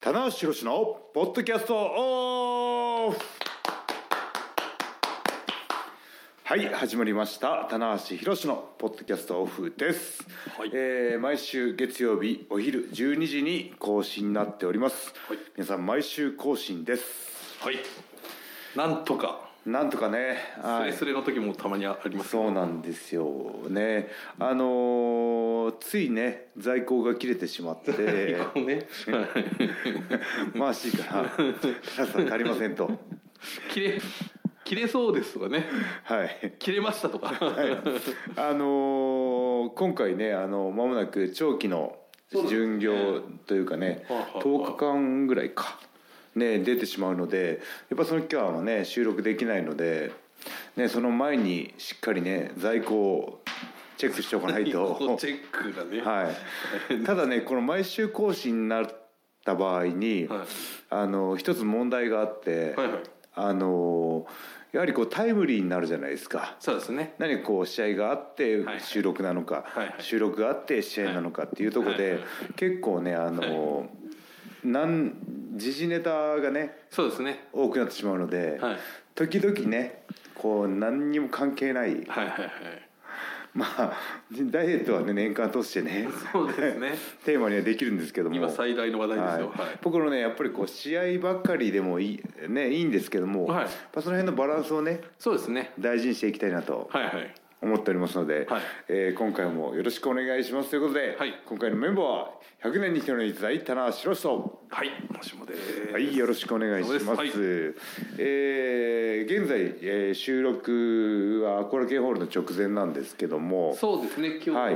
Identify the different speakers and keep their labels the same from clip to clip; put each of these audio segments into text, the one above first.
Speaker 1: 棚橋宏のポッドキャストオフはい始まりました棚橋宏のポッドキャストオフです、
Speaker 2: はい
Speaker 1: えー毎週月曜日お昼12時に更新になっております、
Speaker 2: はい
Speaker 1: 皆さん毎週更新です
Speaker 2: はいなんとか
Speaker 1: なんとかね
Speaker 2: ス
Speaker 1: は
Speaker 2: レ
Speaker 1: い
Speaker 2: スレの時もたまにあります
Speaker 1: そうなんですよねあのーついね在庫が切れてしまって
Speaker 2: ね
Speaker 1: 回していいから皆さん足りませんと
Speaker 2: 切れ切れそうですとかね
Speaker 1: はい
Speaker 2: 切れましたとか
Speaker 1: あのー今回ねあの間もなく長期の巡業というかね
Speaker 2: はいはいはい
Speaker 1: 10日間ぐらいか、ね、出てしまうのでやっぱその期間はね収録できないので、ね、その前にしっかりね在庫をチェックしておか ない
Speaker 2: こことチ。ェックだね
Speaker 1: はい、ただねこの毎週更新になった場合に、
Speaker 2: はい
Speaker 1: あの一つ問題があって、
Speaker 2: はいはい
Speaker 1: あのやはりこうタイムリーになるじゃないですか。
Speaker 2: そうですね
Speaker 1: 何こう試合があって
Speaker 2: はい
Speaker 1: 収録なのか、
Speaker 2: はいはい
Speaker 1: 収録があって試合なのかっていうところで、
Speaker 2: はいはい
Speaker 1: 結構ねあの、なん時事ネタがね
Speaker 2: そうですね
Speaker 1: 多くなってしまうので、
Speaker 2: はい
Speaker 1: 時々ねこう何にも関係ない
Speaker 2: はいはいはい
Speaker 1: まあダイエットはね年間通してね
Speaker 2: そうですね
Speaker 1: テーマにはできるんですけども
Speaker 2: 今最大の話題ですよ
Speaker 1: はい、僕のねやっぱりこう試合ばっかりでもいい,、ね、いいんですけども、
Speaker 2: はい
Speaker 1: やっぱその辺のバランスをね
Speaker 2: そうですね
Speaker 1: 大事にしていきたいなと
Speaker 2: はいはい
Speaker 1: 思っておりますので、
Speaker 2: はい
Speaker 1: えー今回もよろしくお願いしますということで、
Speaker 2: はい
Speaker 1: 今回のメンバーは100年に一人の逸材棚橋宏人
Speaker 2: はいもしもでーす
Speaker 1: はい、よろしくお願いします。
Speaker 2: そうです
Speaker 1: えー現在、えー収録はコラケンホールの直前なんですけども、
Speaker 2: そうですね今日が、
Speaker 1: は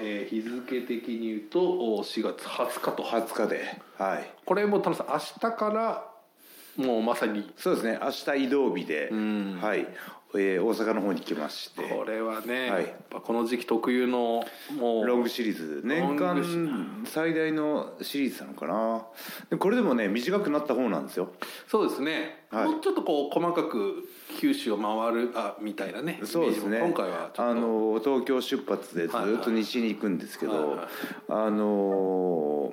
Speaker 1: い
Speaker 2: えー日付的に言うとお4月20日と
Speaker 1: 20日で、はい、
Speaker 2: これも田中さん明日からもうまさに
Speaker 1: そうですね。明日移動日で、
Speaker 2: ん
Speaker 1: はい、えー大阪の方に来まして、
Speaker 2: これはね、
Speaker 1: はい
Speaker 2: やっぱこの時期特有のもう
Speaker 1: ロングシリーズ
Speaker 2: ロ
Speaker 1: 年
Speaker 2: ングシリ
Speaker 1: 間最大のシリーズなのかなでこれでもね短くなった方なんですよ
Speaker 2: そうですね、
Speaker 1: はい
Speaker 2: もうちょっとこう細かく九州を回るあみたいなね
Speaker 1: そうですね
Speaker 2: イメージも今回はちょっと
Speaker 1: あの東京出発でず
Speaker 2: はい
Speaker 1: っ
Speaker 2: は
Speaker 1: と
Speaker 2: い
Speaker 1: 西に行くんですけど、
Speaker 2: はいはい
Speaker 1: あのー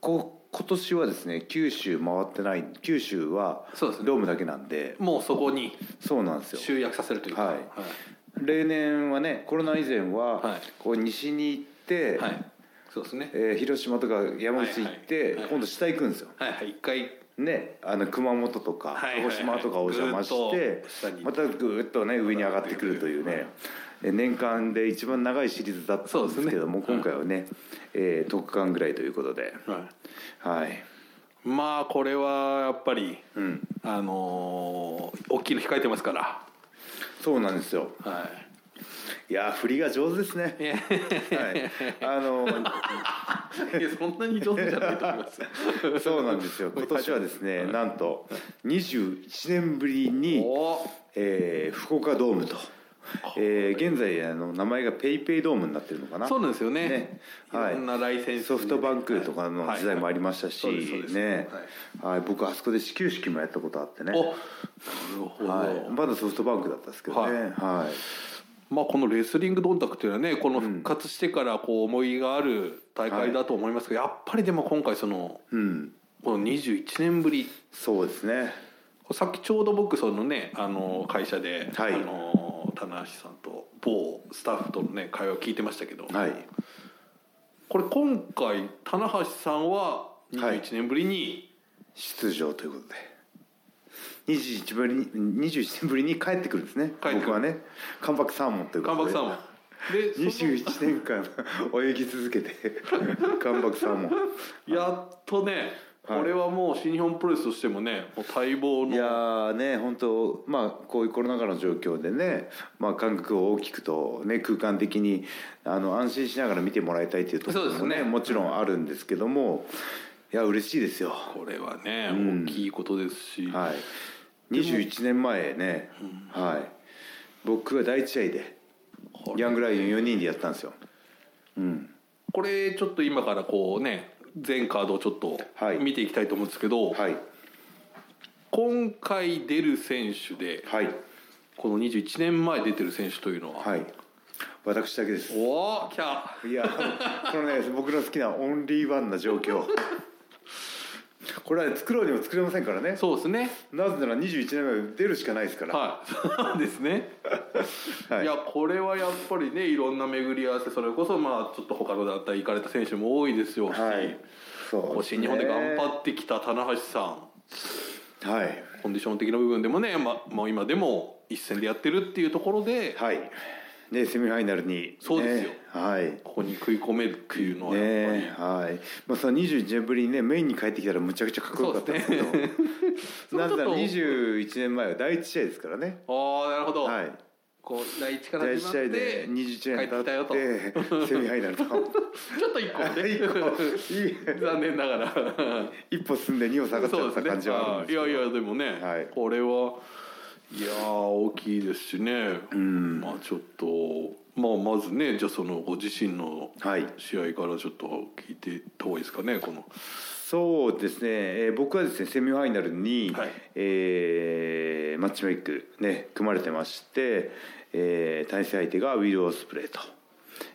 Speaker 1: こ今年はですね九州回ってない九州は
Speaker 2: そうですね
Speaker 1: ドームだけなんで
Speaker 2: もうそこに
Speaker 1: そうなんですよ
Speaker 2: 集約させるというか
Speaker 1: はい例年はねコロナ以前は、
Speaker 2: はい
Speaker 1: こう西に行って、
Speaker 2: はいはいそうですね
Speaker 1: えー広島とか山口行って、
Speaker 2: はいはいはい
Speaker 1: 今度下行くんですよ
Speaker 2: はいはい一回
Speaker 1: ね、あの熊本とか
Speaker 2: はいはい
Speaker 1: 鹿
Speaker 2: は
Speaker 1: 児島
Speaker 2: い
Speaker 1: とかをお邪魔し
Speaker 2: ぐー
Speaker 1: て
Speaker 2: っと下に
Speaker 1: またぐーっとね上に上がってくるというねえ年間で一番長いシリーズだったんですけども、
Speaker 2: そうですね
Speaker 1: 今回はね、えー、10日間ぐらいということで
Speaker 2: は
Speaker 1: はい
Speaker 2: いまあこれはやっぱり、
Speaker 1: ん
Speaker 2: あのー大きいの控えてますから
Speaker 1: そうなんですよ
Speaker 2: はい
Speaker 1: いやー振りが上手ですね
Speaker 2: いや
Speaker 1: はいあの
Speaker 2: いやそんなに上手じゃないと思い ます。
Speaker 1: そうなん ですよ今年はですねなんと21年ぶりに
Speaker 2: お
Speaker 1: えー福岡ドームと、えー現在あの名前がペイペイドームになってるのかな
Speaker 2: そうなんですよね
Speaker 1: はい、
Speaker 2: いろんなライセンス
Speaker 1: ソフトバンクとかの時代もありましたし、
Speaker 2: はいはいそうですそうで
Speaker 1: ね
Speaker 2: す、
Speaker 1: はい僕あそこで始球式もやったことあってね
Speaker 2: お、なるほど。
Speaker 1: はい、まだソフトバンクだったんですけどね、
Speaker 2: は
Speaker 1: はい
Speaker 2: まあこのレスリングドンタクというのはね、この復活してからこう思いがある大会だと思いますけど、やっぱりでも今回その
Speaker 1: うん、
Speaker 2: この21年ぶり、
Speaker 1: そうですね
Speaker 2: さっきちょうど僕そのねあの会社で、
Speaker 1: はい
Speaker 2: あの棚橋さんと某スタッフとのね会話を聞いてましたけど、
Speaker 1: はい
Speaker 2: これ今回棚橋さんは21年ぶりに
Speaker 1: 出場ということで21ぶりに21年ぶりに帰ってくるんですね
Speaker 2: 帰ってくる
Speaker 1: 僕はね関白サーモンというこ
Speaker 2: 関
Speaker 1: と
Speaker 2: 白
Speaker 1: で
Speaker 2: さんも。でその
Speaker 1: 21年間 泳ぎ続け て関白サーモン
Speaker 2: やっとね、
Speaker 1: はい
Speaker 2: これはもう新日本プロレスとしてもねもう待望の
Speaker 1: いやーね本当まあこういうコロナ禍の状況でね、まあ、感覚を大きくと、ね、空間的にあの安心しながら見てもらいたいというところ
Speaker 2: そ
Speaker 1: も
Speaker 2: うで
Speaker 1: ね
Speaker 2: すね
Speaker 1: もちろんあるんですけどもいや嬉しいですよ
Speaker 2: これはね、
Speaker 1: ん
Speaker 2: 大きいことですし、
Speaker 1: はい21年前ね、はい僕は第一試合で
Speaker 2: これ
Speaker 1: ヤングライオン4人でやったんですよ
Speaker 2: これちょっと今からこうね全カードをちょっと
Speaker 1: はい
Speaker 2: 見ていきたいと思うんですけど、
Speaker 1: はい
Speaker 2: 今回出る選手で
Speaker 1: はい
Speaker 2: この21年前出てる選手というのは、
Speaker 1: はい私だけです
Speaker 2: おおキャー
Speaker 1: いやこのね僕の好きなオンリーワンな状況これは作ろうにも作れませんからね
Speaker 2: そうですね
Speaker 1: なぜなら21年目出るしかないですから、
Speaker 2: はいそうですね、
Speaker 1: はい
Speaker 2: い、やこれはやっぱりねいろんな巡り合わせそれこそまあちょっと他の団体行かれた選手も多いですよし、
Speaker 1: はいそう
Speaker 2: こう新日本で頑張
Speaker 1: っ
Speaker 2: ってきた棚橋さん
Speaker 1: てはい
Speaker 2: コンディション的な部分でもね、ま、もう今でも一戦でやってるっていうところで、
Speaker 1: はいねセミファイナルに
Speaker 2: そうですよ
Speaker 1: ねはい
Speaker 2: ここに食い込めるっていうのはやっぱり、
Speaker 1: ねはいまあ、その21年ぶりにねメインに帰ってきたらむちゃくちゃかっこよかったんですけど
Speaker 2: そうですねそれ
Speaker 1: な
Speaker 2: ちょ
Speaker 1: ぜな
Speaker 2: っと
Speaker 1: ら21年前は第1試合ですからね
Speaker 2: ああなるほど、
Speaker 1: はい
Speaker 2: こう第一から
Speaker 1: 第1
Speaker 2: 始まっ
Speaker 1: 試合で
Speaker 2: て
Speaker 1: 21年
Speaker 2: 帰ってきたよと
Speaker 1: 経ってセミファイナ ルと
Speaker 2: ちょっと一個ね
Speaker 1: 一個いい
Speaker 2: 残念な がら
Speaker 1: 一歩進んで二歩下がっちゃ
Speaker 2: そ
Speaker 1: っ
Speaker 2: うで
Speaker 1: た
Speaker 2: すね
Speaker 1: 感じはあるん
Speaker 2: あ
Speaker 1: ですけ
Speaker 2: い
Speaker 1: ど
Speaker 2: やいやでもね、
Speaker 1: はい
Speaker 2: これはいやー大きいですしね、
Speaker 1: ん
Speaker 2: まあちょっと、まあ、まずねじゃあそのご自身の
Speaker 1: はい
Speaker 2: 試合からちょっと聞いていった方がいいですかねこの
Speaker 1: そうですね、えー僕はですねセミファイナルに、
Speaker 2: はい
Speaker 1: えーマッチメイクね組まれてまして、えー対戦相手がウィル・オスプレイと、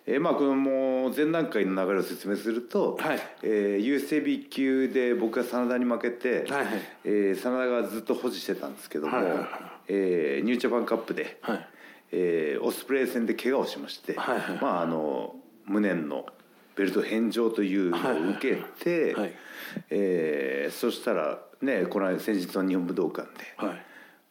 Speaker 1: えーまあこのもう前段階の流れを説明すると、
Speaker 2: はい
Speaker 1: えー USAB 級で僕が真田に負けて、
Speaker 2: はいはい
Speaker 1: えー真田がずっと保持してたんですけども、
Speaker 2: はいはいはい
Speaker 1: えーニュージャパンカップで、
Speaker 2: はい
Speaker 1: えーオスプレイ戦で怪我をしまして、
Speaker 2: はいはい
Speaker 1: まああの無念のベルト返上というのを受けて、
Speaker 2: はいはい
Speaker 1: えーそしたらねこの間先日の日本武道館で
Speaker 2: はい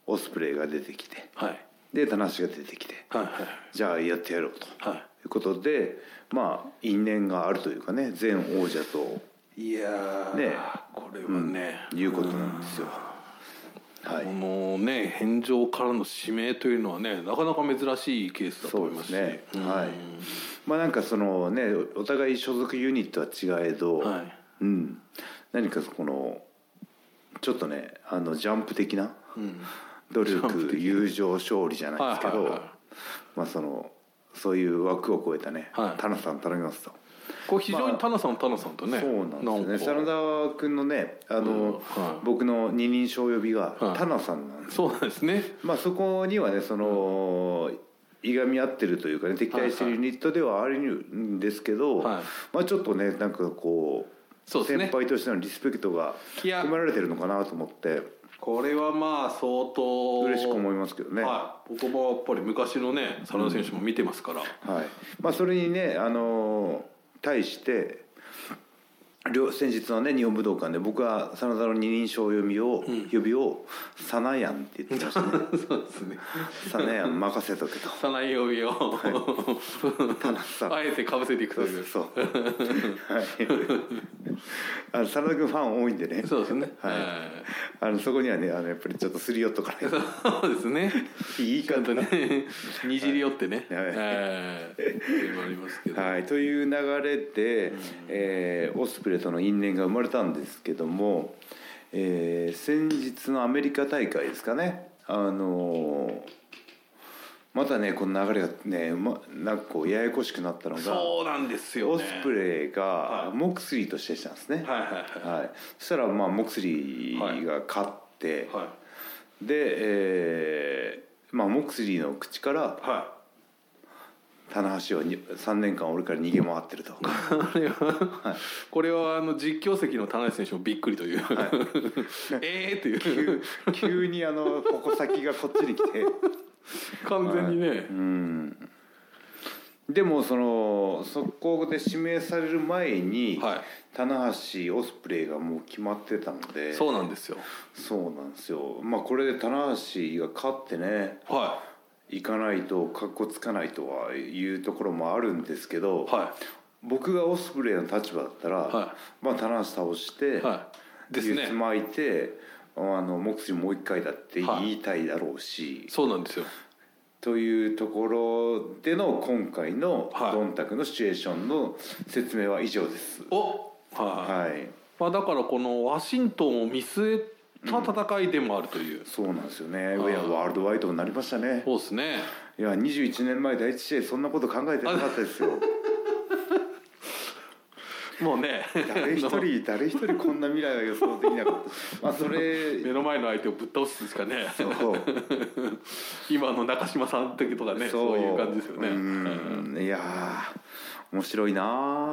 Speaker 1: オスプレイが出てきて
Speaker 2: はい
Speaker 1: で棚橋が出てきて
Speaker 2: はいはい
Speaker 1: じゃあやってやろうと、
Speaker 2: はい
Speaker 1: いうことでまあ因縁があるというかね全王者と
Speaker 2: いやー
Speaker 1: ね
Speaker 2: これはね、
Speaker 1: いうことなんですよ。は
Speaker 2: こ
Speaker 1: い、
Speaker 2: のね返上からの指名というのはねなかなか珍しいケースだと
Speaker 1: そ
Speaker 2: 思いう
Speaker 1: で
Speaker 2: ます
Speaker 1: す
Speaker 2: し
Speaker 1: ね、
Speaker 2: うん
Speaker 1: はいまあなんかそのねおお互い所属ユニットは違えど、
Speaker 2: はい
Speaker 1: うん、何かこのちょっとねあのジャンプ的な努力友情勝利じゃないですけ
Speaker 2: はいは
Speaker 1: ど
Speaker 2: いはい
Speaker 1: まあそのそういう枠を超えたね、
Speaker 2: はい
Speaker 1: タナさん頼みますと、
Speaker 2: こう非常にタナさん、タナさんとね
Speaker 1: そうなんですよ
Speaker 2: か
Speaker 1: ね真田君のねあの、
Speaker 2: うんはい
Speaker 1: 僕の二人称呼びが
Speaker 2: はい
Speaker 1: タナさんなんです、
Speaker 2: そうなんですね
Speaker 1: まあそこにはねその、いがみ合ってるというかね敵対してるユニットではあるんですけど、
Speaker 2: はい
Speaker 1: まあちょっとねなんかこう
Speaker 2: そうですね
Speaker 1: 先輩としてのリスペクトが
Speaker 2: いや
Speaker 1: 含まれてるのかなと思って
Speaker 2: これはまあ相当
Speaker 1: 嬉しく思いますけどね、は
Speaker 2: はい僕もやっぱり昔のね真田選手も見てますから、
Speaker 1: いまあ、それにね、あのー対して両先日のね日本武道館で僕は真田の二人称呼びを、呼びを「サナヤン」って言ってましたね
Speaker 2: そうですね
Speaker 1: 「サナヤン任せとけ」と
Speaker 2: さないよいよ、
Speaker 1: さん
Speaker 2: あえてかぶせていくという
Speaker 1: そうはいあの真田君ファン多いんでね
Speaker 2: そうですね
Speaker 1: はい
Speaker 2: は
Speaker 1: あのそこにはねあのやっぱりちょっとすり寄っとかないと
Speaker 2: いそうですね
Speaker 1: いい
Speaker 2: ちゃ
Speaker 1: か
Speaker 2: んと
Speaker 1: と
Speaker 2: ね にじり寄ってね
Speaker 1: はい
Speaker 2: えーっていうのもありますけど
Speaker 1: はい、という流れで、えーオスプレイとの因縁が生まれたんですけども、えー先日のアメリカ大会ですかね、あのーまたねこの流れがね、ま、なんかこうややこしくなったのが
Speaker 2: そうなんですよ
Speaker 1: オ
Speaker 2: ね
Speaker 1: スプレイ
Speaker 2: は
Speaker 1: がモクスリーとしてしたんですね、
Speaker 2: はいはいはい
Speaker 1: はいそしたら、まあ、モクスリーが勝って、
Speaker 2: はい
Speaker 1: で、えーまあ、モクスリーの口から
Speaker 2: は
Speaker 1: 棚橋は3年間俺から逃げ回ってると。
Speaker 2: いこれはこれはあの実況席の田中選手もびっくりというええっていう
Speaker 1: 急にあの矛先がこっちに来て
Speaker 2: 完全にね
Speaker 1: うんでもその速攻で指名される前に、
Speaker 2: はい
Speaker 1: 棚橋オスプレイがもう決まってたので
Speaker 2: そうなんですよ
Speaker 1: そうなんですよまあこれで棚橋が勝ってね
Speaker 2: はい
Speaker 1: かないとかっこつかないとはいうところもあるんですけど、
Speaker 2: いは
Speaker 1: 僕がオスプレイの立場だったら、
Speaker 2: は
Speaker 1: まあ棚橋倒して、
Speaker 2: いはいですね
Speaker 1: つまいてあの目視もう一回だって言いたいだろうし、
Speaker 2: そうなんですよ
Speaker 1: というところでの今回の
Speaker 2: はい
Speaker 1: ドンタクのシチュエーションの説明は以上です。
Speaker 2: おはい
Speaker 1: はい、
Speaker 2: まあだからこのワシントンを見据えた戦いでもあるという
Speaker 1: そうなんですよね。いやワールドワイドになりましたね。
Speaker 2: そうですね
Speaker 1: いや21年前第一試合そんなこと考えてなかったです よ。
Speaker 2: もうね
Speaker 1: 誰一人誰一人こんな未来は予想できなかった。まあそれ
Speaker 2: 目の前の相手をぶっ倒すしかね
Speaker 1: そう
Speaker 2: 今の中島さんってとかねそういう感じですよね、
Speaker 1: うんいやー面白いなー、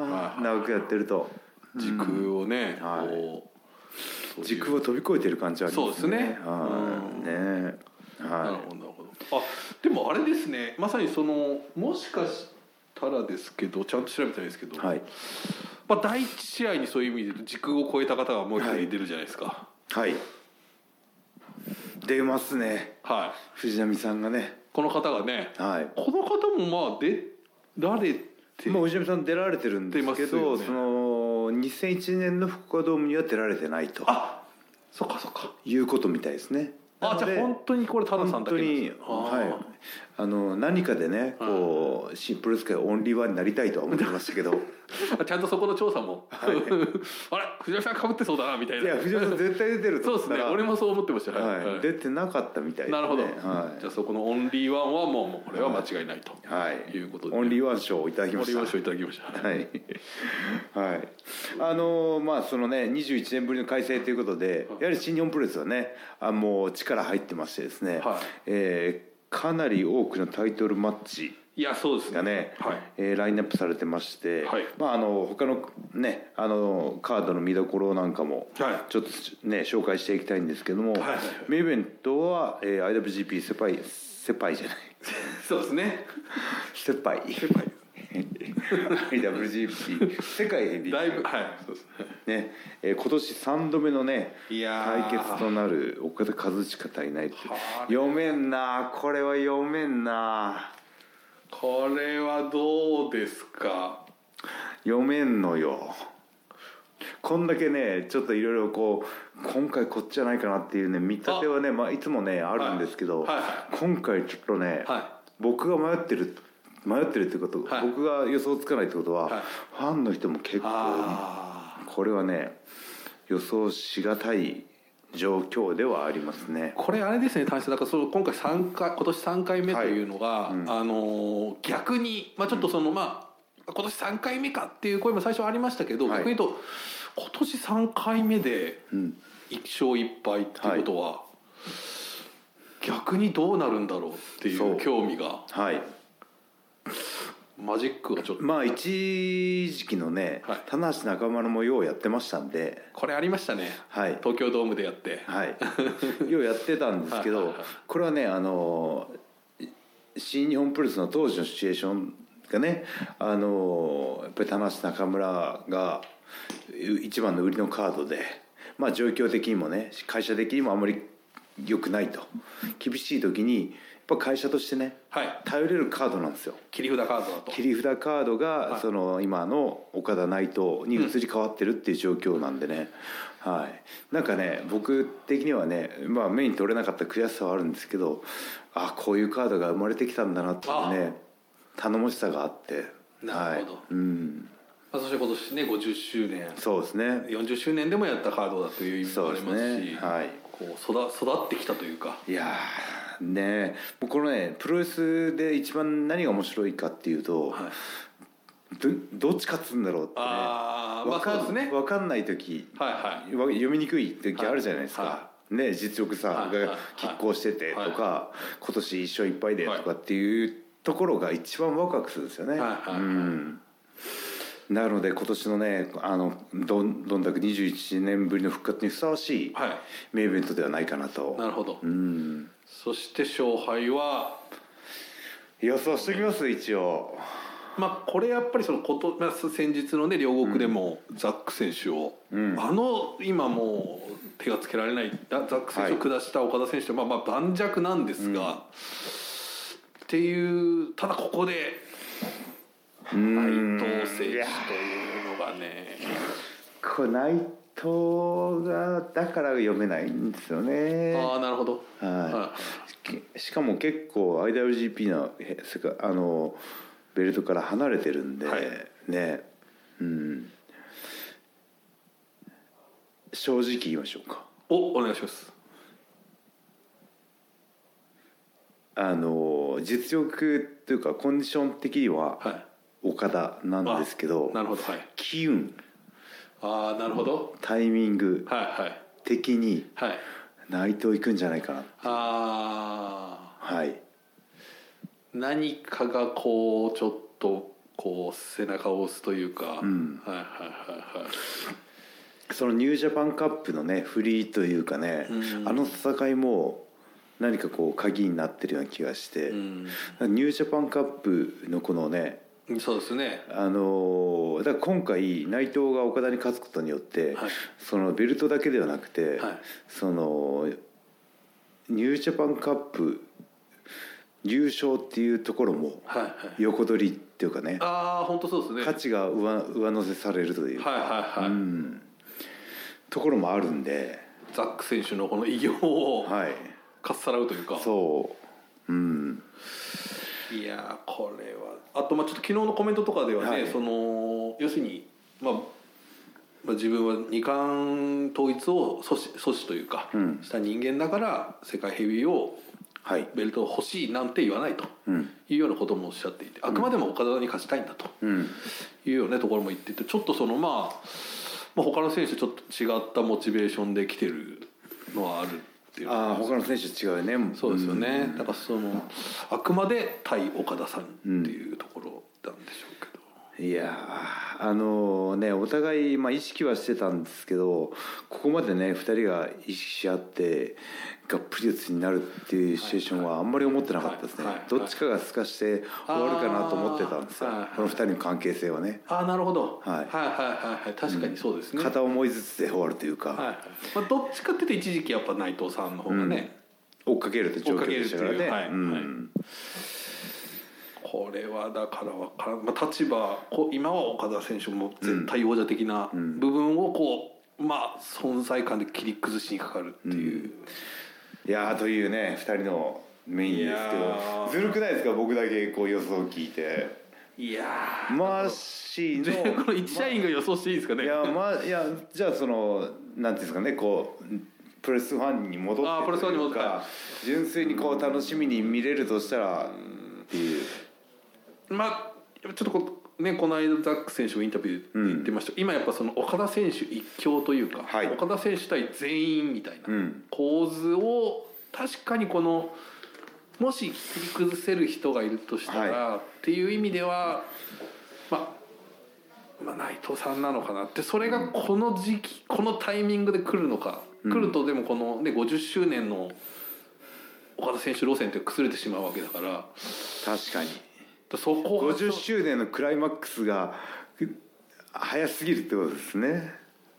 Speaker 2: はい
Speaker 1: 長くやってると。
Speaker 2: 時空をね、
Speaker 1: はい
Speaker 2: こそういう
Speaker 1: 時空を飛び越えてる感じはありますね
Speaker 2: そうですね
Speaker 1: はい、ね
Speaker 2: なる
Speaker 1: は
Speaker 2: ほどなるほどあでもあれですねまさにそのもしかしたらですけどちゃんと調べてないですけど、
Speaker 1: い、はい
Speaker 2: まあ、第一試合にそういう意味で言うと時空を超えた方がもう一人出るじゃないですか
Speaker 1: はい、出ますね
Speaker 2: はい、
Speaker 1: 藤波さんがね
Speaker 2: この方がね
Speaker 1: はい
Speaker 2: この方もまあ出られて
Speaker 1: もう藤波さん出られてるんですけ
Speaker 2: 出ま
Speaker 1: ど
Speaker 2: すよね
Speaker 1: その2001年の福岡ドームには出られてないと
Speaker 2: あそっかそっか
Speaker 1: いうことみたいですね
Speaker 2: あじ
Speaker 1: なの
Speaker 2: ゃあ
Speaker 1: で
Speaker 2: 本当にこれタダさ
Speaker 1: 本
Speaker 2: んだ
Speaker 1: 当
Speaker 2: けなん
Speaker 1: に
Speaker 2: ですね
Speaker 1: はいあの何かでねこうシンプルスカイオンリーワンになりたいとは思ってましたけ ど
Speaker 2: あーちゃんとそこの調査も、 あれ藤原さんかぶってそうだなみたい
Speaker 1: い
Speaker 2: な
Speaker 1: や藤波さん絶対出てると
Speaker 2: そう
Speaker 1: 思っ
Speaker 2: です
Speaker 1: た
Speaker 2: ね
Speaker 1: ら
Speaker 2: 俺もそう思ってましたはい、
Speaker 1: は
Speaker 2: はい
Speaker 1: い、出てなかったみたいですね
Speaker 2: なるほど、
Speaker 1: はい
Speaker 2: じゃあそこのオンリーワンはもうこれは間違いないと、
Speaker 1: はい、
Speaker 2: いうことで
Speaker 1: オンリーワン賞をいただきま
Speaker 2: オンリ
Speaker 1: し
Speaker 2: ー
Speaker 1: た。
Speaker 2: ワン賞いただきました、
Speaker 1: はい、はい、あのーまあそのね21年ぶりの開催ということでやはり新日本プロレスはねあもう力入ってましてですね、
Speaker 2: はい
Speaker 1: えーかなり多くのタイトルマッチ
Speaker 2: いやそうですね
Speaker 1: がね、
Speaker 2: はい
Speaker 1: えーラインナップされてまして、
Speaker 2: はい
Speaker 1: まああの他のねあのカードの見どころなんかも、
Speaker 2: はい
Speaker 1: ちょっとね紹介していきたいんですけども、
Speaker 2: はい
Speaker 1: メインイベントは、えー IWGP セパイセパイ じゃない
Speaker 2: そうですね
Speaker 1: セパイ IWGP 世界ヘビー級
Speaker 2: だいぶはいそうですね
Speaker 1: ね、えー今年3度目のね
Speaker 2: いやー
Speaker 1: 対決となる岡田和親対ないって
Speaker 2: はあ
Speaker 1: 読めんなこれは読めんな
Speaker 2: これはどうですか
Speaker 1: 読めんのよこんだけねちょっといろいろこう今回こっちじゃないかなっていうね見立てはねまあ、いつもねあるんですけど、
Speaker 2: はいはい
Speaker 1: 今回ちょっとね、
Speaker 2: は
Speaker 1: 僕が迷ってる迷ってるってこと、
Speaker 2: はい
Speaker 1: 僕が予想つかないってことは、
Speaker 2: はい
Speaker 1: ファンの人も結構
Speaker 2: あ
Speaker 1: これはね予想しがたい状況ではありますね
Speaker 2: これあれですね大将だからその今回三回今年3回目というのが、
Speaker 1: いうん
Speaker 2: あのー逆に、まあ、ちょっとその、まあ今年3回目かっていう声も最初ありましたけど、
Speaker 1: はい
Speaker 2: 逆に言うと今年3回目で
Speaker 1: うん
Speaker 2: 1勝1敗っていうことは、逆にどうなるんだろうってい
Speaker 1: そう
Speaker 2: う興味が
Speaker 1: はい
Speaker 2: マジックがちょっと
Speaker 1: まあ一時期のね、
Speaker 2: はい
Speaker 1: 田無中丸もようやってましたんで
Speaker 2: これありましたね
Speaker 1: はい
Speaker 2: 東京ドームでやって
Speaker 1: はい、 ようやってたんですけど、
Speaker 2: はいはいはい
Speaker 1: これはねあのい新日本プロレスの当時のシチュエーションがねあのやっぱり田無中村がう一番の売りのカードで、まあ、状況的にもね会社的にもあまり良くないと厳しい時にやっぱ会社としてね
Speaker 2: はい
Speaker 1: 頼れるカードなんですよ。
Speaker 2: 切り札カードだと
Speaker 1: 切り札カードが、
Speaker 2: はい
Speaker 1: その今の岡田内藤に移り変わってるっていう状況なんでね、はい、なんかね僕的にはね、まあ、目に取れなかった悔しさはあるんですけどあこういうカードが生まれてきたんだなっていうね頼もしさがあって
Speaker 2: なるほど
Speaker 1: はいうん、
Speaker 2: まあそして今年ね50周年
Speaker 1: そうですね
Speaker 2: 40周年でもやったカードだという意味もあります
Speaker 1: そう
Speaker 2: し
Speaker 1: ですねはい
Speaker 2: こう育育ってきたというか
Speaker 1: いやーねもうこのねプロレスで一番何が面白いかっていうと、
Speaker 2: はい
Speaker 1: どどっち勝つんだろうってね
Speaker 2: あーまあ
Speaker 1: わかん
Speaker 2: そうですね
Speaker 1: わかんない時
Speaker 2: はいはい
Speaker 1: わ読みにくい時あるじゃないですか、
Speaker 2: は
Speaker 1: ね、実力差
Speaker 2: はいは
Speaker 1: が
Speaker 2: い
Speaker 1: 拮抗しててとか、
Speaker 2: は
Speaker 1: 今年一勝一敗でとかっていうところが一番ワクワクするんですよね、
Speaker 2: はいはいはい
Speaker 1: うんなので今年のねあのどんどんだく21年ぶりの復活にふさわしい
Speaker 2: はい
Speaker 1: 名イベントではないかなと、
Speaker 2: なるほど
Speaker 1: うん
Speaker 2: そして勝敗は
Speaker 1: 予想しておきます一応
Speaker 2: まあこれやっぱりそのこと、まあ、先日のね両国でもザック選手を、
Speaker 1: うん
Speaker 2: あの今もう手がつけられないザザック選手を下した岡田選手と、まあまあ盤石なんですが、っていうただここで
Speaker 1: う
Speaker 2: 内
Speaker 1: ん
Speaker 2: 藤選手と
Speaker 1: い
Speaker 2: いう
Speaker 1: や
Speaker 2: のがね
Speaker 1: これ内藤がだから読めないんですよね
Speaker 2: ああなるほど
Speaker 1: はししかも結構 IWGP のへ世界あのベルトから離れてるんで、
Speaker 2: はい
Speaker 1: ねうん正直言いましょうか
Speaker 2: おお願いします
Speaker 1: あの実力というかコンディション的に
Speaker 2: は
Speaker 1: はい岡田なんですけど、
Speaker 2: なるほどはい
Speaker 1: 機運
Speaker 2: ああなるほど
Speaker 1: タイミング
Speaker 2: はいはい
Speaker 1: 的に
Speaker 2: はい
Speaker 1: 内藤行くんじゃないかな
Speaker 2: ああ
Speaker 1: はい
Speaker 2: 何かがこうちょっとこう背中を押すというか、
Speaker 1: ん
Speaker 2: はいはいはいはい
Speaker 1: そのニュージャパンカップのねフリーというかね、
Speaker 2: うん
Speaker 1: あの戦いも何かこう鍵になってるような気がして、
Speaker 2: うん
Speaker 1: ニュージャパンカップのこのね
Speaker 2: そうですね
Speaker 1: あのーだから今回内藤が岡田に勝つことによって、
Speaker 2: はい
Speaker 1: そのベルトだけではなくて、
Speaker 2: はい
Speaker 1: そのニュージャパンカップ優勝っていうところも
Speaker 2: はいはい
Speaker 1: 横取りっていうかね、
Speaker 2: ああ本当そうですね
Speaker 1: 価値が上上乗せされるという、
Speaker 2: はいはいは
Speaker 1: う
Speaker 2: い、
Speaker 1: んところもあるんで、
Speaker 2: ザック選手のこの偉業を
Speaker 1: はい、
Speaker 2: かっさらうというか、
Speaker 1: そう、うん、
Speaker 2: い、やーこれはあとまあちょっと昨日のコメントとかではね、
Speaker 1: はい
Speaker 2: その要するに、まあ、まあ自分は二冠統一を阻止阻止というか、
Speaker 1: うん
Speaker 2: した人間だから世界ヘビーを
Speaker 1: はい、
Speaker 2: ベルトを欲しいなんて言わないと
Speaker 1: うん、
Speaker 2: いうようなこともおっしゃっていてあくまでも岡田に勝ちたいんだと
Speaker 1: うん、
Speaker 2: いうようなところも言っていてちょっとそのまあ、まあ、他の選手とちょっと違ったモチベーションで来てるのはあるっていう
Speaker 1: ああ他の選手違うよね、
Speaker 2: そうですよね、だからそのあくまで対岡田さんっていうところなんでしょうけど、
Speaker 1: いやーあのねお互い、まあ、意識はしてたんですけどここまでね2人が意識し合ってがっぷり四つになるっていうシチュエーションはあんまり思ってなかったですね、
Speaker 2: はいはい
Speaker 1: どっちかがすかして終わるかなと思ってたんですよ
Speaker 2: あーはいはい
Speaker 1: この2人の関係性はね
Speaker 2: ああなるほど、
Speaker 1: はい
Speaker 2: はいはいはいはい確かにそうですね、はい
Speaker 1: 片思いずつで終わるというか、
Speaker 2: まあ、どっちかっていうと一時期やっぱ内藤さんの方がね、
Speaker 1: 追っかけるって状況でしたから
Speaker 2: 追っかけるってい
Speaker 1: ね
Speaker 2: うはい
Speaker 1: うん
Speaker 2: これはだからわからん、まあ、立場こう今は岡田選手も絶対王者的な部分をこう、まあ存在感で切り崩しにかかるっていう、
Speaker 1: いやーというね2人のメインですけ
Speaker 2: いやー
Speaker 1: どずるくないですか僕だけこう予想を聞いて
Speaker 2: いや
Speaker 1: マーシー
Speaker 2: ー
Speaker 1: の
Speaker 2: この一社員が予想していいですかね
Speaker 1: いやまあいやじゃあそのなんていうんですかねこうプレスファンに戻って
Speaker 2: あープロレスファンに戻っ
Speaker 1: と
Speaker 2: て
Speaker 1: いうか純粋にこう楽しみに見れるとしたらっていう
Speaker 2: まあ、ちょっとこ,、ね、この間ザック選手もインタビューで言ってました、今やっぱその岡田選手一強というか、
Speaker 1: はい
Speaker 2: 岡田選手対全員みたいな
Speaker 1: うん
Speaker 2: 構図を確かにこのもし切り崩せる人がいるとしたら、っていう意味では、まあ、まあ内藤さんなのかなってそれがこの時期このタイミングで来るのか、来るとでもこの、ね、50周年の岡田選手路線って崩れてしまうわけだから
Speaker 1: 確かに
Speaker 2: そこが
Speaker 1: 50周年のクライマックスがく早すぎるってことですね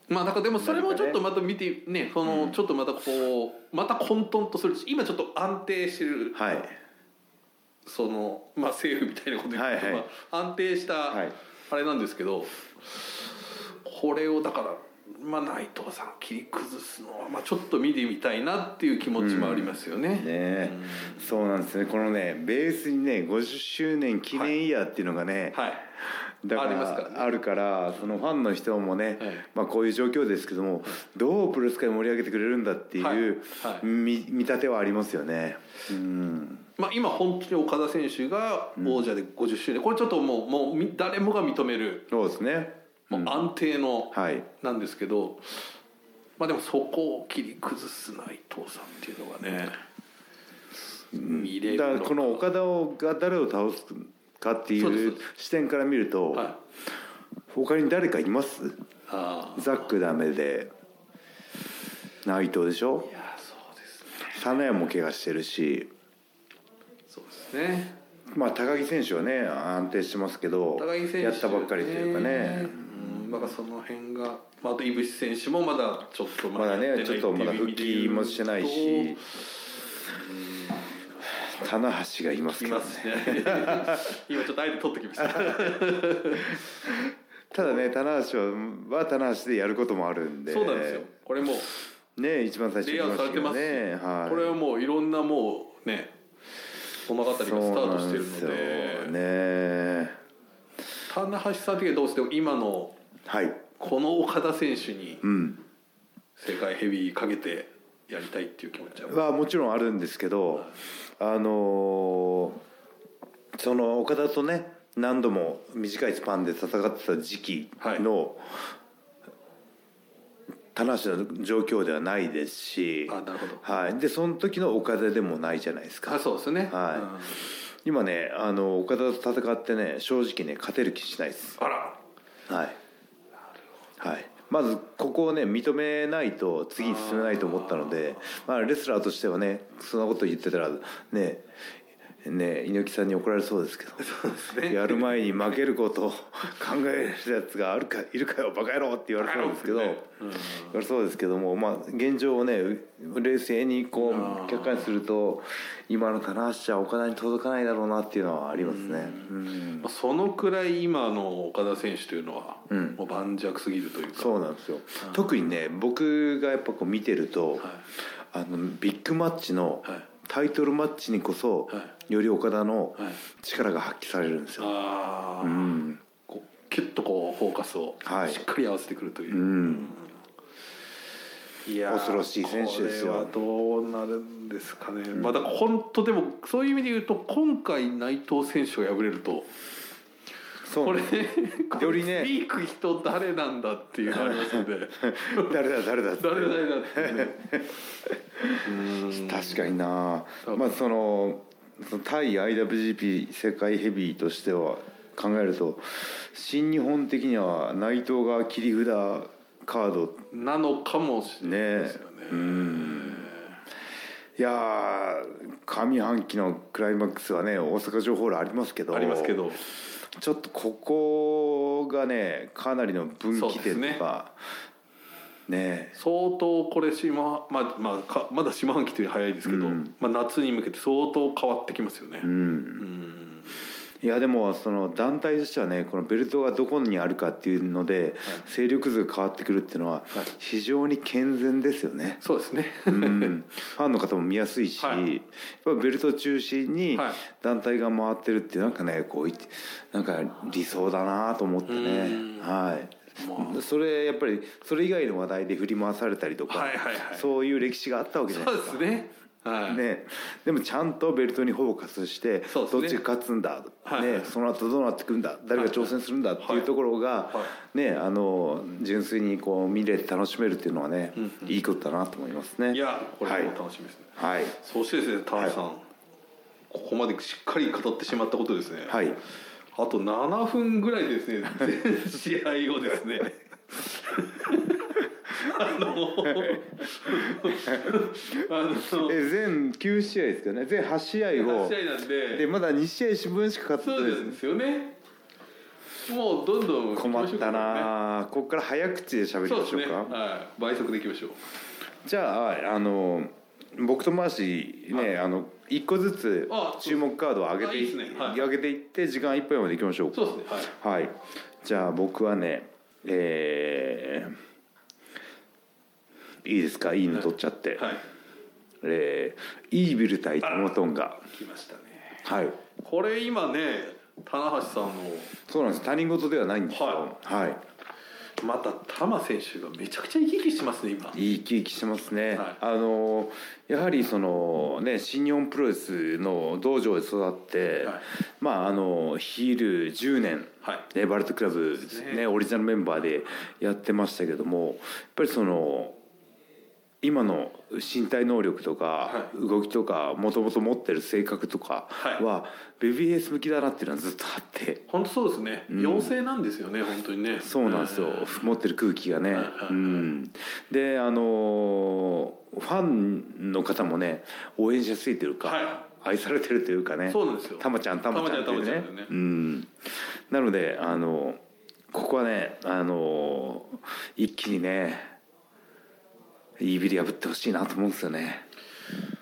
Speaker 2: まあなんかでもそれもちょっとまた見てねそのちょっとまたこうまた混沌とするし今ちょっと安定してる
Speaker 1: はい
Speaker 2: そのまあ政府みたいなこと言って
Speaker 1: はいはい
Speaker 2: まあ安定した
Speaker 1: はい
Speaker 2: あれなんですけどこれをだからまあ内藤さん切り崩すのはまあちょっと見てみたいなっていう気持ちもありますよ
Speaker 1: ね
Speaker 2: ね。
Speaker 1: えそうなんですねこのねベースにね50周年記念イヤーっていうのがね、
Speaker 2: はい
Speaker 1: だから
Speaker 2: ありますからね
Speaker 1: あるからそのファンの人もね、
Speaker 2: はい
Speaker 1: まあ、こういう状況ですけどもどうプロレス界盛り上げてくれるんだっていう、
Speaker 2: はいはい
Speaker 1: み見立てはありますよね。うん
Speaker 2: まあ、今本当に岡田選手が王者で50周年これちょっともうもうみ誰もが認める
Speaker 1: そうですね、
Speaker 2: もう安定の
Speaker 1: はい、
Speaker 2: なんですけど、まあ、でもそこを切り崩す内藤さんっていうのがね見れる
Speaker 1: だから
Speaker 2: の
Speaker 1: この岡田をが誰を倒すかって
Speaker 2: そうです
Speaker 1: い
Speaker 2: そう
Speaker 1: う
Speaker 2: で
Speaker 1: 視点から見ると、
Speaker 2: はい、
Speaker 1: 他に誰かいます
Speaker 2: ああ
Speaker 1: ザックダメで内藤でしょ
Speaker 2: いやそうですね
Speaker 1: 金谷も怪我してるし、
Speaker 2: そうですね
Speaker 1: まあ、高木選手はね安定してますけど
Speaker 2: 高木選手、
Speaker 1: やったばっかりというかね。
Speaker 2: うんだからその辺が、まあ、あと井渕選手もまだちょっと
Speaker 1: まだ
Speaker 2: や
Speaker 1: ね
Speaker 2: ってない
Speaker 1: ちょっとまだ
Speaker 2: っていう
Speaker 1: 復帰もしてないし棚橋がいます
Speaker 2: い
Speaker 1: けど
Speaker 2: ま
Speaker 1: ね
Speaker 2: すね 今ちょっとあえて取ってきました
Speaker 1: ただね棚橋はは棚橋でやることもあるん で
Speaker 2: そうなんですよこれもう
Speaker 1: ね一番最初
Speaker 2: レイアウトされてますし、
Speaker 1: 言いましたけどねはい
Speaker 2: これはもういろんなもうね物語がスタートしてるの
Speaker 1: そうなん
Speaker 2: で
Speaker 1: ですよね
Speaker 2: 棚橋さん的にはどうしても今の
Speaker 1: はい
Speaker 2: この岡田選手に
Speaker 1: うん
Speaker 2: 世界ヘビーかけてやりたいっていう気持ちは
Speaker 1: はもちろんあるんですけどあのーその岡田とね何度も短いスパンで戦ってた時期の、棚橋の状況ではないですし
Speaker 2: あなるほど
Speaker 1: はい、でその時の岡田でもないじゃないですか
Speaker 2: あそうですね、
Speaker 1: はい
Speaker 2: うん
Speaker 1: 今ねあの岡田と戦ってね正直ね勝てる気しないです
Speaker 2: あら
Speaker 1: はいはいまずここをね認めないと次に進めないと思ったのでまあ、レスラーとしてはねそんなこと言ってたらねね猪木さんに怒られ そうですけどやる前に負けることを 考えるやつがあるかいるかよバカ野郎って言われそうですけど、
Speaker 2: バカ野郎って
Speaker 1: 言われそうですけども、まあ、現状をね冷静にこ
Speaker 2: あー
Speaker 1: う客観視すると今の棚橋じゃ岡田に届かないだろうなっていうのはありますね。うん
Speaker 2: まあそのくらい今の岡田選手というのは、
Speaker 1: うん
Speaker 2: もう盤石すぎるというか
Speaker 1: そうなんですよ特にね僕がやっぱこう見てると、
Speaker 2: はい
Speaker 1: あのビッグマッチの
Speaker 2: はい
Speaker 1: タイトルマッチにこそ、
Speaker 2: は
Speaker 1: より岡田の
Speaker 2: はい
Speaker 1: 力が発揮されるんですよ。
Speaker 2: あ
Speaker 1: う
Speaker 2: あ、
Speaker 1: ん
Speaker 2: こうキュッとこうフォーカスを
Speaker 1: はい
Speaker 2: しっかり合わせてくるとい
Speaker 1: う
Speaker 2: う、
Speaker 1: ん
Speaker 2: いやー
Speaker 1: 恐ろしい選手ですよ
Speaker 2: これはどうなるんですかね、まあだから本当でもそういう意味で言うと今回内藤選手が敗れると
Speaker 1: そう
Speaker 2: これ
Speaker 1: ね よりね
Speaker 2: リーク人誰なんだっていうのありますんで
Speaker 1: 誰だ誰だって
Speaker 2: 誰誰だっ ていうね
Speaker 1: 確かにな
Speaker 2: そう
Speaker 1: まあそのその対 IWGP 世界ヘビーとしては考えると新日本的には内藤が切り札カード
Speaker 2: なのかもしれない
Speaker 1: ね
Speaker 2: ですよね
Speaker 1: うんいやー上半期のクライマックスはね大阪城ホールありますけど
Speaker 2: ありますけど
Speaker 1: ちょっとここがねかなりの分岐点とかね
Speaker 2: 相当これ島まあまあかまだ下半期というのは早いですけど、
Speaker 1: うん
Speaker 2: まあ、夏に向けて相当変わってきますよね、
Speaker 1: うん
Speaker 2: うん
Speaker 1: いやでもその団体としてはねこのベルトがどこにあるかっていうので、勢力図が変わってくるっていうのは非常に健全ですよね、
Speaker 2: そうですね、
Speaker 1: うんファンの方も見やすいし、
Speaker 2: はい
Speaker 1: やっぱベルト中心に
Speaker 2: はい
Speaker 1: 団体が回ってるってなんかねこういなんか理想だなと思って
Speaker 2: うん
Speaker 1: ねはい。
Speaker 2: ま
Speaker 1: それやっぱりそれ以外の話題で振り回されたりとか、
Speaker 2: はいはいはい
Speaker 1: そういう歴史があったわけじゃない
Speaker 2: そう
Speaker 1: で
Speaker 2: です
Speaker 1: か
Speaker 2: すねはい、
Speaker 1: ね、でもちゃんとベルトにフォーカスして、
Speaker 2: そう
Speaker 1: ど
Speaker 2: で
Speaker 1: っ
Speaker 2: すね
Speaker 1: ちが勝つんだ、
Speaker 2: はい
Speaker 1: ね、その後どうなってくんだ誰が挑戦するんだっていうところが、
Speaker 2: は
Speaker 1: ね、あの純粋にこう見れて楽しめるっていうのはね、いいことだなと思いますね。
Speaker 2: いやこれ
Speaker 1: はい
Speaker 2: も楽しみですね、
Speaker 1: はい
Speaker 2: そしてですね田中さん、ここまでしっかり語ってしまったことですね、
Speaker 1: はい
Speaker 2: あと7分ぐらいですね 全試合をですねあのあの
Speaker 1: え全9試合ですかね全8試合を
Speaker 2: 8試合なんで
Speaker 1: でまだ2試合分しか勝って
Speaker 2: そ
Speaker 1: な
Speaker 2: う
Speaker 1: い
Speaker 2: なんですよねもうどんどん
Speaker 1: 困ったなあ、ここから早口で喋り
Speaker 2: そう
Speaker 1: ま
Speaker 2: で
Speaker 1: し
Speaker 2: す
Speaker 1: ょう
Speaker 2: ね、
Speaker 1: か。
Speaker 2: はい、倍速でいきましょう
Speaker 1: じゃああの僕と回しね、あの一個ずつ
Speaker 2: あ
Speaker 1: 注目カードを上げてい
Speaker 2: あいいっすねはい
Speaker 1: 上げていって時間いっぱいまでいきましょうか
Speaker 2: そうですねはい
Speaker 1: はいじゃあ僕はねえーいいですかいいの取っちゃって、
Speaker 2: はい
Speaker 1: えーイービル対トモトンが
Speaker 2: 来ましたね
Speaker 1: はい
Speaker 2: これ今ね棚橋さんの
Speaker 1: そうなんです他人事ではないんですよはい、
Speaker 2: また玉選手がめちゃくちゃ生き生きしてますね今
Speaker 1: いい生き生きしてますね、
Speaker 2: はい
Speaker 1: あのやはりそのね新日本プロレスの道場で育って、
Speaker 2: はい
Speaker 1: まああのヒール10年、
Speaker 2: はい
Speaker 1: ね、バレットクラブ
Speaker 2: すね
Speaker 1: ねオリジナルメンバーでやってましたけどもやっぱりその今の身体能力とか、
Speaker 2: はい
Speaker 1: 動きとかもともと持ってる性格とか
Speaker 2: はい
Speaker 1: は、ベビーフェイス向きだなっていうのはずっとあって。
Speaker 2: 本当そうですね、妖精なんですよね本当にね
Speaker 1: そうなんですよ、持ってる空気がね、
Speaker 2: はいはい
Speaker 1: うん、であのーファンの方もね応援しやすいというか、
Speaker 2: は
Speaker 1: 愛されてるというかね
Speaker 2: そうなんですよ
Speaker 1: たまちゃんたまちゃんっていう
Speaker 2: たまちゃん
Speaker 1: ね
Speaker 2: たまちゃんだよね
Speaker 1: うん、なのであのーここはねあのー一気にねイービリ破ってほしいなと思うんですよね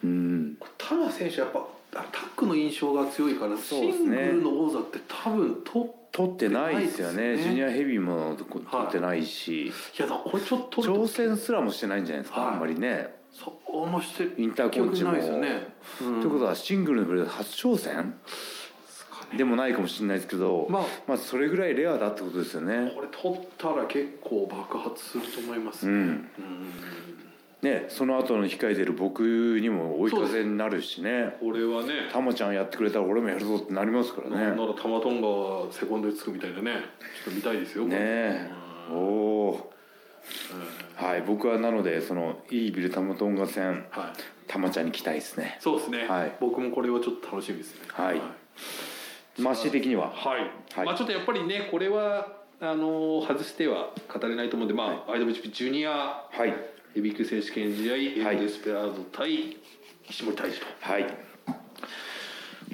Speaker 1: うん
Speaker 2: 玉選手やっぱあタックの印象が強いから、
Speaker 1: そう
Speaker 2: シ
Speaker 1: です
Speaker 2: ング
Speaker 1: ね
Speaker 2: ルの王座って多分トップ
Speaker 1: 取ってないですよ
Speaker 2: ない
Speaker 1: ね
Speaker 2: ですよね
Speaker 1: ジュニアヘビーもこ取ってないし、
Speaker 2: いやだからこれちょっと取る
Speaker 1: 挑
Speaker 2: と
Speaker 1: 戦すらもしてないんじゃないですか、
Speaker 2: はい
Speaker 1: あんまりね
Speaker 2: そうもして
Speaker 1: インターコンチも
Speaker 2: 記憶にないですよね、うん
Speaker 1: ということはシングルのプレーで初挑戦でもないかもしれないですけど、
Speaker 2: ま
Speaker 1: ま
Speaker 2: あ
Speaker 1: あ、それぐらいレアだってことですよね。
Speaker 2: これ取ったら結構爆発すると思います、
Speaker 1: うん、ねその後の控えてる僕にも追い風になるしね
Speaker 2: これはね
Speaker 1: 「タマちゃんやってくれたら俺もやるぞ」ってなりますから
Speaker 2: なんな
Speaker 1: ね。
Speaker 2: ら玉トンガはセコンドにつくみたいなねちょっと見たいですよ
Speaker 1: ねえおおーはい僕はなのでそのイービルタマトンガ戦
Speaker 2: これはい
Speaker 1: タマちゃんに期待ですね。
Speaker 2: そうですね、
Speaker 1: はい
Speaker 2: 僕もこれはちょっと楽しみですね
Speaker 1: はい
Speaker 2: はい
Speaker 1: マッシー的には
Speaker 2: はい
Speaker 1: はい
Speaker 2: まあ、ちょっとやっぱりねこれはあの外しては語れないと思うんで、まあ IWGP ジュニア
Speaker 1: はい
Speaker 2: ヘビー級選手権試合、
Speaker 1: はい
Speaker 2: エル・デスペラード対石森大治と、
Speaker 1: はい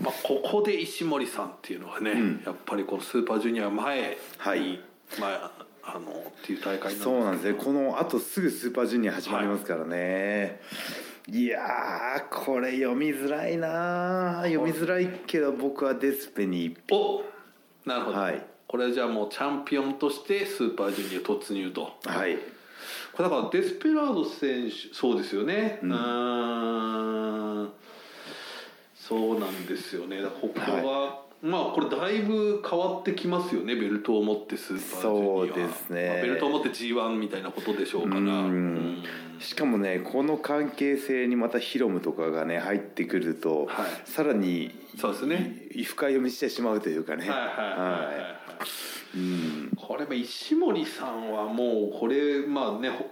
Speaker 2: まあ、ここで石森さんっていうのはね、
Speaker 1: ん
Speaker 2: やっぱりこのスーパージュニア前に、
Speaker 1: はい
Speaker 2: まあ、あのっていう大会なんで
Speaker 1: そうなんですねこのあとすぐスーパージュニア始まりますからね、い、やーこれ読みづらいなー読みづらいけど僕はデスペに
Speaker 2: おなるほど、
Speaker 1: はい
Speaker 2: これはじゃあもうチャンピオンとしてスーパージュニア突入と
Speaker 1: はい
Speaker 2: これだからデスペラード選手そうですよねうんんそうなんですよねだからここは、まあこれだいぶ変わってきますよねベルトを持ってスーパージュニア
Speaker 1: そうですね
Speaker 2: まあベルトを持って g 1みたいなことでしょうから
Speaker 1: うん
Speaker 2: うん
Speaker 1: しかもねこの関係性にまたヒロムとかがね入ってくると、
Speaker 2: はい
Speaker 1: さらに
Speaker 2: そうですね
Speaker 1: い深読みしてしまうというかね
Speaker 2: はいはいはいはい、
Speaker 1: は
Speaker 2: はい
Speaker 1: いうん
Speaker 2: これまあ石森さんはもうこれまあねほ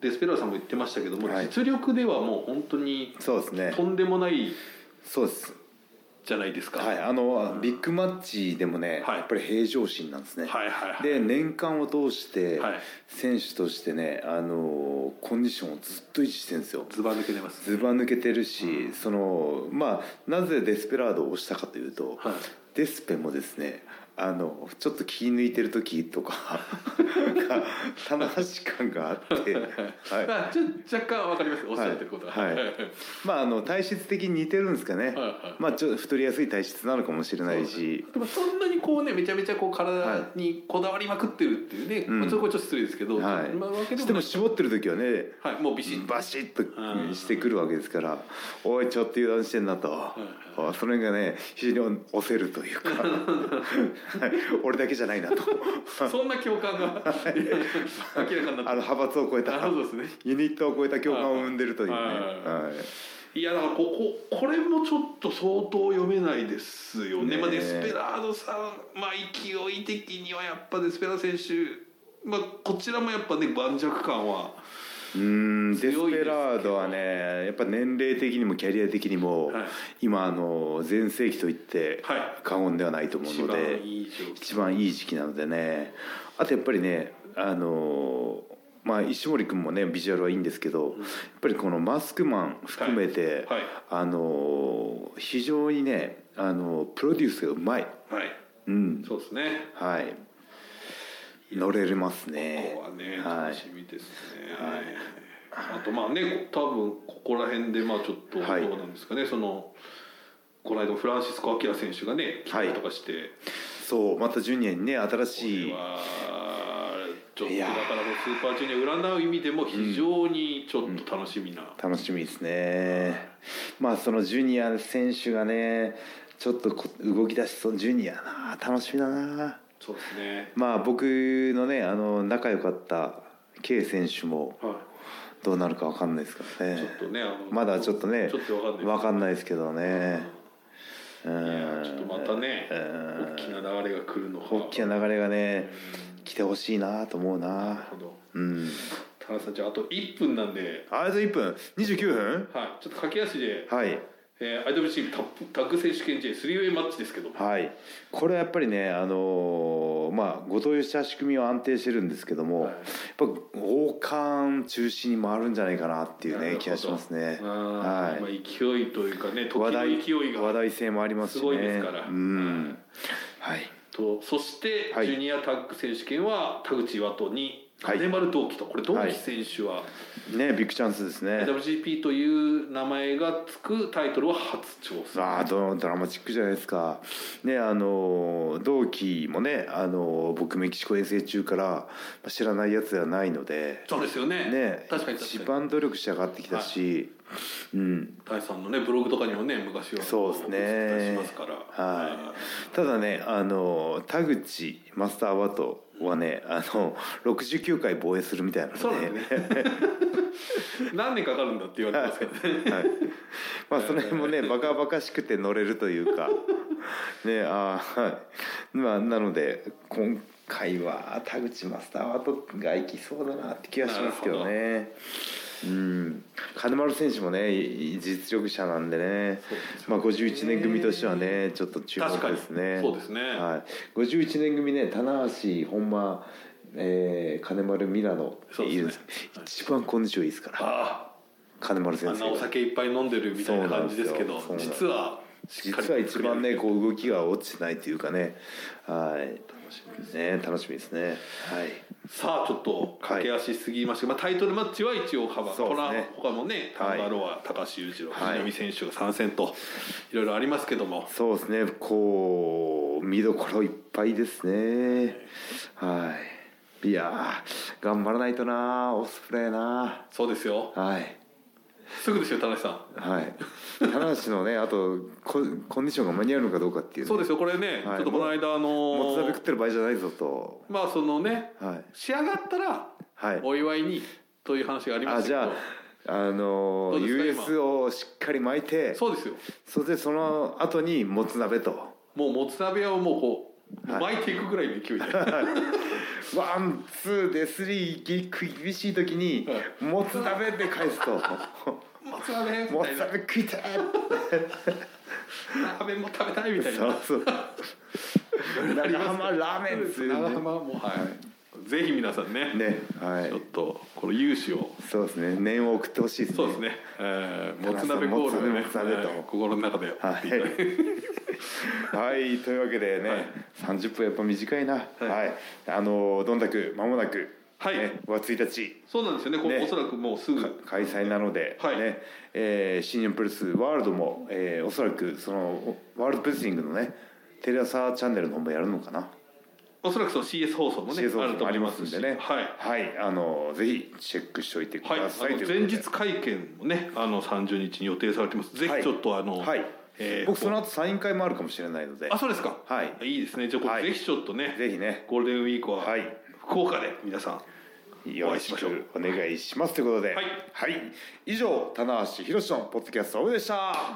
Speaker 2: デスペラーさんも言ってましたけども、
Speaker 1: はい
Speaker 2: 実力ではもう本当に
Speaker 1: そうですね
Speaker 2: とんでもない
Speaker 1: そうです
Speaker 2: じゃないですか、
Speaker 1: はいあのビッグマッチでもね、
Speaker 2: はい
Speaker 1: やっぱり平常心なんですね、
Speaker 2: はいはいはい
Speaker 1: で年間を通して
Speaker 2: はい
Speaker 1: 選手としてね、あのコンディションをずっと維持してるんですよ
Speaker 2: ズバ抜けてます
Speaker 1: ずば抜けてるし、そのまあなぜデスペラードを押したかというと、
Speaker 2: はい
Speaker 1: デスペもですねあのちょっと気抜いてる時と かが棚橋感があって、はい、
Speaker 2: まあちょ若干わかりますおっしゃってることは、
Speaker 1: はいはいまああの体質的に似てるんですかね、
Speaker 2: はい
Speaker 1: まあちょっと太りやすい体質なのかもしれないし
Speaker 2: でもそんなにこうねめちゃめちゃこう体にこだわりまくってるっていうね、
Speaker 1: ん
Speaker 2: まあ、そこはちょっと失礼ですけど、
Speaker 1: はい
Speaker 2: まあ、わけで
Speaker 1: して
Speaker 2: も
Speaker 1: も
Speaker 2: ない
Speaker 1: 絞ってる時はね
Speaker 2: はい、もうビシッと、
Speaker 1: バシッとしてくるわけですから「おいちょっと油断してんな」と、あそれがね非常に押せると いうかはい俺だけじゃないなと
Speaker 2: そんな共 感が明らかになっ
Speaker 1: あの派閥を超え
Speaker 2: たな
Speaker 1: た
Speaker 2: るほどですね
Speaker 1: ユニットを超えた共感を生んでるというね、
Speaker 2: はい
Speaker 1: はい
Speaker 2: いやだからこここれもちょっと相当読めないですよ
Speaker 1: ね
Speaker 2: ね、
Speaker 1: え
Speaker 2: まあ、デスペラードさん、まあ、勢い的にはやっぱデスペラード選手、まあ、こちらもやっぱね盤石感は、
Speaker 1: うーんデス
Speaker 2: 強いで
Speaker 1: ペ
Speaker 2: すけど
Speaker 1: ラードはねやっぱ年齢的にもキャリア的にも、
Speaker 2: はい
Speaker 1: 今あの全盛期と言って
Speaker 2: はい
Speaker 1: 過言ではないと思う
Speaker 2: 一
Speaker 1: の
Speaker 2: 番
Speaker 1: で
Speaker 2: いい状況
Speaker 1: 一番いい時期なのでねあとやっぱりねあのまあ石森君もねビジュアルはいいんですけど、やっぱりこのマスクマン含めて、
Speaker 2: はいはい
Speaker 1: あの非常にねあのプロデュースがうまい、
Speaker 2: はい
Speaker 1: うん
Speaker 2: そうですね
Speaker 1: はい、乗れれますね
Speaker 2: ここはね
Speaker 1: はい
Speaker 2: 楽しみですね、あとまあねこ多分ここら辺でまあちょっとど
Speaker 1: はいう
Speaker 2: なんですかね、そのこの間フランシスコ・アキラ選手がね来たりとかして、
Speaker 1: そうまたジュニアにね新
Speaker 2: こ
Speaker 1: し
Speaker 2: れ
Speaker 1: い
Speaker 2: はちょっと
Speaker 1: い
Speaker 2: だ
Speaker 1: や
Speaker 2: か
Speaker 1: ー
Speaker 2: らもうスーパージュニアを占う意味でも非常にちょっと楽しみな、
Speaker 1: 楽しみですねまあそのジュニア選手がねちょっとこ動き出しそうジュニアな楽しみだな
Speaker 2: そうですね
Speaker 1: まあ僕のねあの仲良かった K 選手も
Speaker 2: は
Speaker 1: どうなるかわかんないですから
Speaker 2: い
Speaker 1: ね
Speaker 2: ちょっとねあの
Speaker 1: まだちょっとね
Speaker 2: ちょっとわかんない
Speaker 1: わかんないですけどねう
Speaker 2: いやーちょっと
Speaker 1: ん
Speaker 2: またね
Speaker 1: うん
Speaker 2: 大きな流れが来るのか
Speaker 1: 大きな流れがね来てほしいなと思うな
Speaker 2: なるほど
Speaker 1: うん
Speaker 2: 田中さんじゃああと1分なんで
Speaker 1: あと1分29分
Speaker 2: はいちょっと駆け足で、
Speaker 1: はい
Speaker 2: えー、IWC タップタッグ選手権 J3way マッチですけども
Speaker 1: はい、これはやっぱりね、あのーまあ、後藤義久仕組みは安定してるんですけども、
Speaker 2: はい
Speaker 1: やっぱ王冠中心に回るんじゃないかなっていう
Speaker 2: なる
Speaker 1: ね
Speaker 2: ほど
Speaker 1: 気がしますね、
Speaker 2: あー
Speaker 1: は
Speaker 2: まあ
Speaker 1: い、
Speaker 2: 勢いというかね時の
Speaker 1: 話題
Speaker 2: 勢いが
Speaker 1: 話題性もありますし、ね、
Speaker 2: すごいですから
Speaker 1: うんはい、
Speaker 2: とそして、
Speaker 1: はい
Speaker 2: ジュニアタッグ選手権は田口岩戸に
Speaker 1: はい
Speaker 2: 金丸同期と、これ同期選手は、
Speaker 1: ねビッグチャンスですね
Speaker 2: WGP という名前がつくタイトルは初挑戦
Speaker 1: ああドドラマチックじゃないですか、ねあのー同期もね、あのー僕メキシコ遠征中からまあ知らないやつではないので、
Speaker 2: そうですよね
Speaker 1: ね、
Speaker 2: 確かに
Speaker 1: 一
Speaker 2: 確かに
Speaker 1: 番努力して上がってきたし、うん
Speaker 2: 大さんのねブログとかにもね昔は
Speaker 1: そうですね
Speaker 2: お伝えしますから
Speaker 1: はいただねあの田口マスターワトはねあの69回防衛するみたいなの
Speaker 2: そうなんですね 何年かかるんだって言われてますけどね
Speaker 1: はい、まあその辺もねバカバカしくて乗れるという かねあーはいまあなので今回は田口マスターワトがいきそうだなって気がしますけどねうん、金丸選手もねいい実力者なんでねまあ、51年組としてはねちょっと注目
Speaker 2: 確かに
Speaker 1: ですね
Speaker 2: そうですね
Speaker 1: はい、51年組ね棚橋本間、えー金丸ミラノ
Speaker 2: そうですね
Speaker 1: いい一番コンディションいいですから
Speaker 2: あ
Speaker 1: 金丸
Speaker 2: あ
Speaker 1: 先
Speaker 2: あん
Speaker 1: 生
Speaker 2: なお酒いっぱい飲んでるみたいな感じですけど
Speaker 1: そうなんですよ
Speaker 2: 実はしっかり
Speaker 1: 実は一番ねこう動きが落ちてないというかねはい楽しみですね楽しみですねはい
Speaker 2: さあちょっと駆け足すぎましたが、まあ、タイトルマッチは一応カバー
Speaker 1: そう
Speaker 2: ト
Speaker 1: ですね
Speaker 2: ラ他もねタンバロア、高橋裕次郎
Speaker 1: はい
Speaker 2: 藤波選手が参戦といろいろありますけども
Speaker 1: そうですねこう見どころいっぱいですねはいいやー頑張らないとなオスプレイな
Speaker 2: そうですよ
Speaker 1: はい
Speaker 2: すぐですよ田中さん
Speaker 1: はい棚橋のねあとココンディションが間に合うのかどうかっていう、ね、
Speaker 2: そうですよこれね、
Speaker 1: はい
Speaker 2: ちょっとこの間あ
Speaker 1: もつ
Speaker 2: の
Speaker 1: 鍋食ってる場合じゃないぞと
Speaker 2: まあそのね
Speaker 1: はい
Speaker 2: 仕上がったら
Speaker 1: はい
Speaker 2: お祝いにという話がありま
Speaker 1: あ
Speaker 2: したけ
Speaker 1: じ
Speaker 2: ど
Speaker 1: ゃああの
Speaker 2: どう
Speaker 1: ー
Speaker 2: ですか
Speaker 1: US をしっかり巻いて
Speaker 2: そうですよ
Speaker 1: そしてその後にもつ鍋と
Speaker 2: もうもつ鍋をもうこう
Speaker 1: はい
Speaker 2: 巻いていくぐらいの 勢いで、
Speaker 1: ワンツーでスリー厳しい時にもつ鍋で返すと
Speaker 2: もつ鍋み
Speaker 1: も
Speaker 2: たい
Speaker 1: つ
Speaker 2: な
Speaker 1: 鍋食いたい
Speaker 2: 鍋も食べたいみたい
Speaker 1: そ
Speaker 2: な
Speaker 1: うそう長浜ラーメンっつう
Speaker 2: 長
Speaker 1: ね
Speaker 2: 浜もはいぜひ皆さんね
Speaker 1: ねは
Speaker 2: ちょっ
Speaker 1: い
Speaker 2: とこの勇姿を
Speaker 1: そうですね念を送ってほしいですね
Speaker 2: そうですね、えー、もつ鍋ゴールをね
Speaker 1: もつ鍋もつ鍋と
Speaker 2: はい心の中で
Speaker 1: はいはいというわけでね、
Speaker 2: はい
Speaker 1: 30分やっぱ短いなはい、
Speaker 2: い
Speaker 1: あのどんたく間もなく
Speaker 2: はい
Speaker 1: ね、5月1日
Speaker 2: そうなんですよねこう
Speaker 1: ね
Speaker 2: おそらくもうすぐは
Speaker 1: 開催なので、
Speaker 2: はい
Speaker 1: ねえー、新日本プロレスワールドも、えーおそらくそのワールドプレスリングのねテレ朝チャンネルの方もやるのかな、
Speaker 2: おそらくその CS 放送もね
Speaker 1: CS
Speaker 2: ある
Speaker 1: も
Speaker 2: と
Speaker 1: あ
Speaker 2: 思い
Speaker 1: りま
Speaker 2: ますす
Speaker 1: ん
Speaker 2: し
Speaker 1: でね
Speaker 2: はい
Speaker 1: はいあのぜひチェックしておいてく
Speaker 2: はい、あ
Speaker 1: ださい、
Speaker 2: の
Speaker 1: とい
Speaker 2: 前
Speaker 1: うことで
Speaker 2: 日会見もねあの30日に予定されてますぜ
Speaker 1: は
Speaker 2: ひ
Speaker 1: い
Speaker 2: ちょっとあの、
Speaker 1: はい
Speaker 2: えー
Speaker 1: 僕その後サイン会もあるかもしれないので
Speaker 2: あそうですか
Speaker 1: はい
Speaker 2: いいですねじゃあこれ、
Speaker 1: はい
Speaker 2: ぜひちょっとね
Speaker 1: ぜひね
Speaker 2: ゴールデンウィークは
Speaker 1: はい
Speaker 2: 福岡で皆さん
Speaker 1: よろしくお願いしますということで
Speaker 2: はい
Speaker 1: はい、以上棚橋宏のポッドキャストオブでした